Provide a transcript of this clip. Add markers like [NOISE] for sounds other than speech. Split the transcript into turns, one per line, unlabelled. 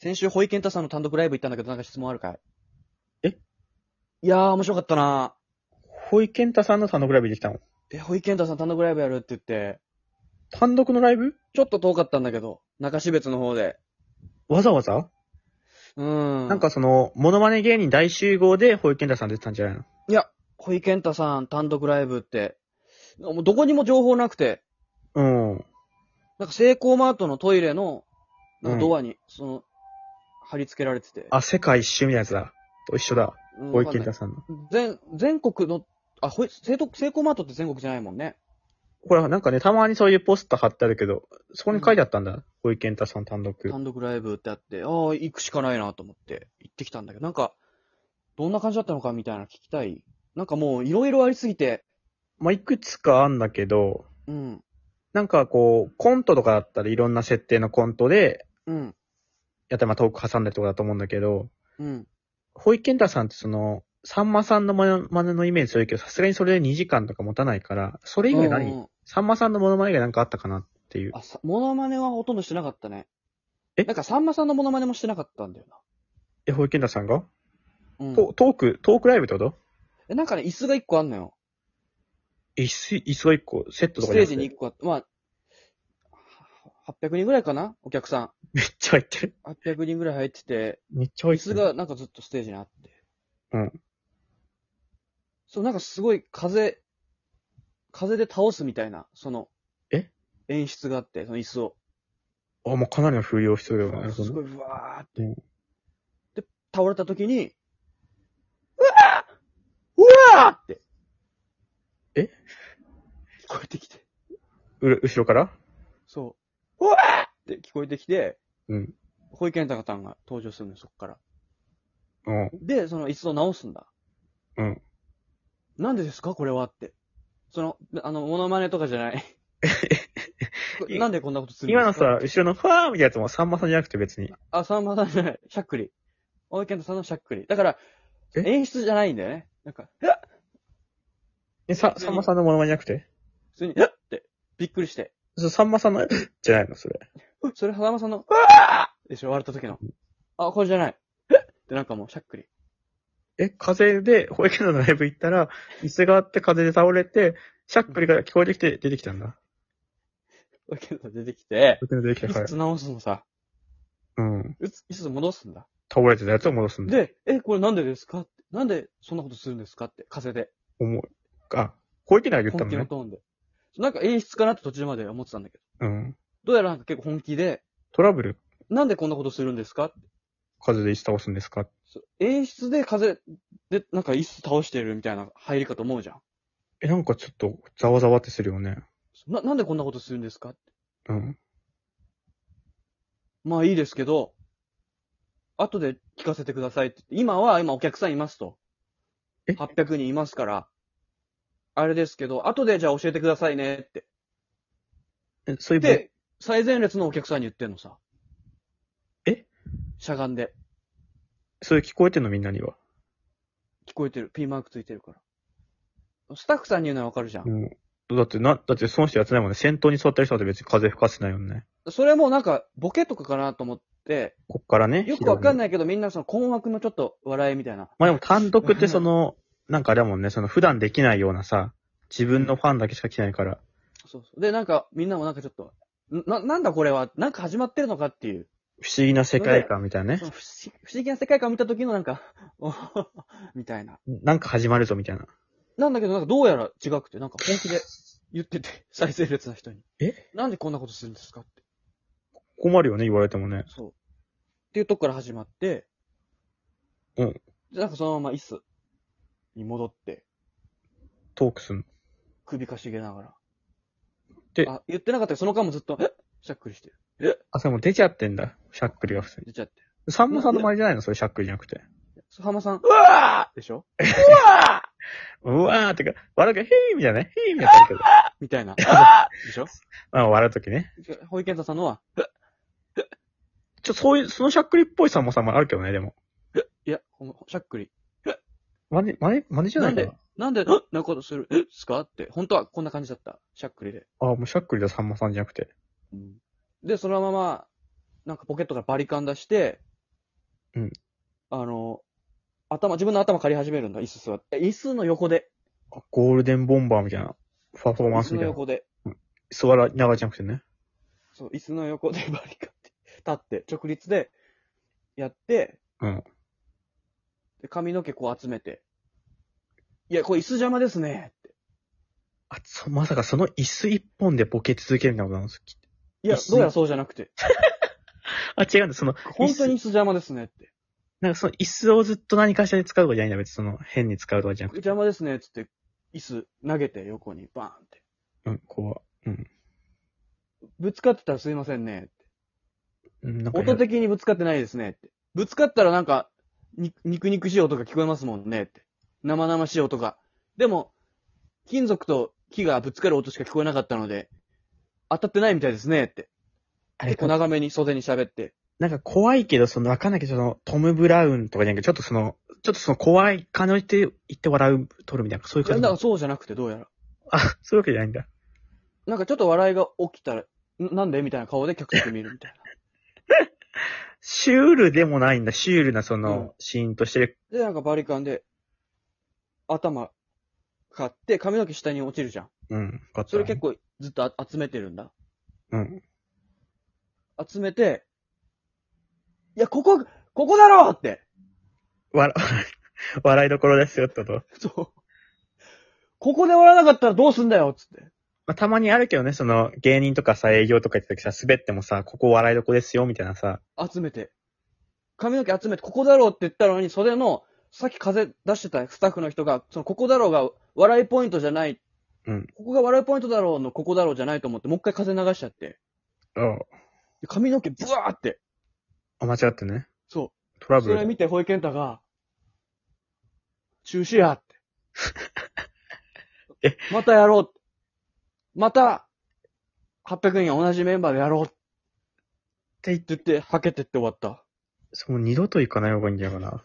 先週、ホイケンタさんの単独ライブ行ったんだけど、なんか質問あるかい
え
いやー、面白かったな
ホイケンタさんの単独ライブできたの
え、ホイケンタさん単独ライブやるって言って、
単独のライブ
ちょっと遠かったんだけど、中標別の方で。
わざわざ、
うーん。
なん、かその、モノマネ芸人大集合でホイケンタさん出てたんじゃないの
いや、ホイケンタさん単独ライブって、もうどこにも情報なくて、
うん。
なんか、セイコーマートのトイレの、なんか
うん
ドアに、その、貼り付けられてて。
あ、世界一周みたいなやつだ。と一緒だ。
うん、
ホイケンタ
わ
さんの。
かんない全、全国の、あ、ほい、セイトセイコーマートって全国じゃないもんね。
ほら、なんかね、たまにそういうポスター貼ってあるけど、そこに書いてあったんだ。ホイケンタさん単独。
単独ライブってあって、ああ、行くしかないなと思って、行ってきたんだけど、なんか、どんな感じだったのかみたいなの聞きたい。なんかもう、いろいろありすぎて、
まあ、いくつかあんだけど、
うん、
なんかこう、コントとかだったらいろんな設定のコントで、
うん、
やったらまあトーク挟んだりとかだと思うんだけど、
うん。
ホイケンタさんってその、さんまさんのモノマネのイメージするけど、さすがにそれで2時間とか持たないから、それ以外何、
うんうん
さんまさんのモノマネ以外なんかあったかなっていう。
あ、さ、モノマネはほとんどしてなかったね。
え
なんか、さんまさんのモノマネもしてなかったんだよ
え、ホイケンタさんが、
な。うん。
トトーク、トークライブってこと
えなんかね、椅子が一個あんのよ。
椅子、椅子が1個、セット
ス
とかじ
テー
ゃなくて
ジに一個あって、まあ、800人ぐらいかなお客さ
めっちゃ入ってる。
ん。800人ぐらい入ってて、
めっちゃ
椅
入って
子
る。
がなんかずっとステージにあって。
うん。
そう、なんかすごい風、風で倒すみたいな、その、
え
演出があって、その椅子を。
あ、もうかなりの風量必要だよな。なるほ
す
ど
ご
ね。
い、うわーって。
うん
で、倒れた時に、うわーうわーって。
え
聞こえてきて。
うる後ろから
そう。うわーって聞こえてきて、
うん。
保育園高さんが登場するのよ、そっから。
うん。
で、その椅子を直すんだ。
うん。
なんでですかこれはって。その、あの、モノマネとかじゃ
[LAUGHS]
ない。こなんでこんなことするんで
今
すか
のさ、後ろのファーみたいなやつもさんまさんじゃなくて別に。
あ、さんまさんじゃない。しゃっくり。大井健太さんのしゃっくり。だから、
え
演出じゃないんだよね。なんか、えっ
え、さ、
普通に
さんまさんのモノマネじゃなくて
普通に、えっって、びっくりして。
そうさんまさんの、じゃないのそれ。
うっそれ、さんまさんの、うわーでしょ、笑った時の。あ、これじゃない。えっってなんかもう、しゃっくり。
え、風で、保育園のライブ行ったら、椅子があって風で倒れて、しゃっくりが聞こえてきて出てきたんだ。
大井健太さん出てきて、
保育園で出てきたか
椅
ら
子。直すのさ、
うん。
うつ椅子戻すんだ。
倒れてたやつを戻すんだ。
で、え、これなんでですかってなんでそんなことするんですかって、風で。
思う。あ、保育園では言った
本
の
気の
ね。
トーンで。なんか演出かなって途中まで思ってたんだけど。
うん。
どうやらなんか結構本気で、
トラブル、
なんでこんなことするんですかって
風で椅子倒すんですか
そう演出で風で、なんか椅子倒してるみたいな入りかと思うじゃん。
え、なんかちょっと、ざわざわってするよね。
な、なんでこんなことするんですかって
うん。
まあいいですけど、後で聞かせてくださいって言って今は、今お客さんいますと。
え
800人いますから、あれですけど、後でじゃあ教えてくださいねって。
えそういうぼ、
で、最前列のお客さんに言ってんのさ。
え
しゃがんで。
そういう聞こえてんのみんなには。
聞こえてる。P マークついてるから。スタッフさんに言うのはわかるじゃん。
うん。だってな、だって損してやってないもんね。先頭に座ってる人だって別に風吹かせてないよね。
それもなんか、ボケとかかなと思って、
こっからね。
よくわかんな
ない。
いけど、みんなその困惑のちょっと笑いみたいな。
まあでも単独ってその、なんかあれだもんね、その普段できないようなさ、自分のファンだけしか来ないから。
そうそう。で、なんか、みんなもなんかちょっと、な、なんだこれは、なんか始まってるのかっていう。
不思議な世界観みたいなね
そ。の不思不思議な世界観を見た時のなんか、お [LAUGHS] みたいな。
なんか始まるぞみたいな。
なんだけど、なんかどうやら違くて、なんか本気で言ってて、再生列の人に。
え
なんでこんなことするんですかって。
困るよね、言われてもね。
そう。っていうとこから始まって、
うん
で、なんかそのまま椅子に戻って、
トークすんの。
首かしげながら。
で
あ、言ってなかったけど、その間もずっと、えしゃっくりしてる。
あ、それもう出ちゃってんだ。しゃっくりが普通に。
出ちゃって
さんまさんの周りじゃないのそれしゃっくりじゃなくて。
る。そ浜さん、うわーでしょうわー
うわーってか、笑うけど、へーみたいなね。へーみたいなやつだけど。
みたいな。うわーでしょ
まあ、笑うときね。
保育園さんのは、
ちょ、そういう、そのしゃっくりっぽいさんまさんもあるけどね、でも。
いや、ほんしゃっくり。
真似、真似、真似じゃない
ん
かな
で。、なんで、うんなことする、えっすかって、本当はこんな感じだった。しゃっくりで。
あ、もうしゃっくりだ、さんまさんじゃなくて。
で、そのまま、なんかポケットからバリカン出して、
うん
あの、頭、自分の頭借り始めるんだ、椅子座って。椅子の横で。
ゴールデンボンバーみたいな、パフォーマ
椅
ンス
子
み
の
たいな。
横で。
座ら、長いじゃなくてね。
そう、椅子の横で [LAUGHS] バリカって、立って、直立でやって、
うん
で、髪の毛こう集めて。いや、これ椅子邪魔ですね。って
あ、そ、まさかその椅子一本でボケ続けるみたいなことなんですきっと
いや
椅、子
どうやらそうじゃなくて。
あ、違うんだ、その、
本当に椅子邪魔ですねって。
なんかその椅子をずっと何かしらで使うとかじゃないんだ、別にその、変に使うとかじゃなくて。
邪魔ですねっつって、椅子投げて横にバーンって。
うん、こう、うん
ぶつかってたらすいませんねって。
うん。なんか
音的にぶつかってないですねって。ぶつかったらなんか、に肉肉しい音が聞こえますもんねって。生々しい音が。でも、金属と木がぶつかる音しか聞こえなかったので、当たってないみたいですねって。
あれ
結
か
構長めに袖に喋って。
なんか怖いけど、その、わかんないけど、その、トム・ブラウンとかじゃなくて、ちょっとその、ちょっとその怖い感じで言って笑う、取るみたいな、そういう
いや、
感
だか
じ
ら。そうじゃなくてどうやら。
あ、そういうわけじゃないんだ。
なんかちょっと笑いが起きたら、んなんでみたいな顔で客席見るみたい
シュールでもないんだ、シュールなその、
うん
シーンとしてる。
な。で、なんかバリカンで、頭、買って髪の毛下に落ちるじゃん。
うん、こ
それ結構ずっとあ集めてるんだ。
構。うん。
集めて、いや、ここ、ここだろうって。 [LAUGHS]
わら、笑いどころですよってこと。ま
そう。ここで終わらなかったらどうすんだよっつって。
あ、たまにあるけどね、その、芸人とかさ、営業とか行った時さ、滑ってもさ、ここ笑いどこですよ、みたいなさ。
集めて。髪の毛集めて、ここだろうって言ったのに、袖の、さっき風出してたスタッフの人が、その、ここだろうが、笑いポイントじゃない。
うん
ここが笑いポイントだろうの、ここだろうじゃないと思って、もう一回風流しちゃって。
うん。
で髪の毛ブワーって。
あ、間違ってね。
そ
トラ
う。
ブ
それ
ル。
見て、ホイケンタが、中止やって。
え
またやろう。また、800人同じメンバーでやろうって
て言って、
言って、はけてって終わった。
その二度と行かない方がいいんじゃないかな。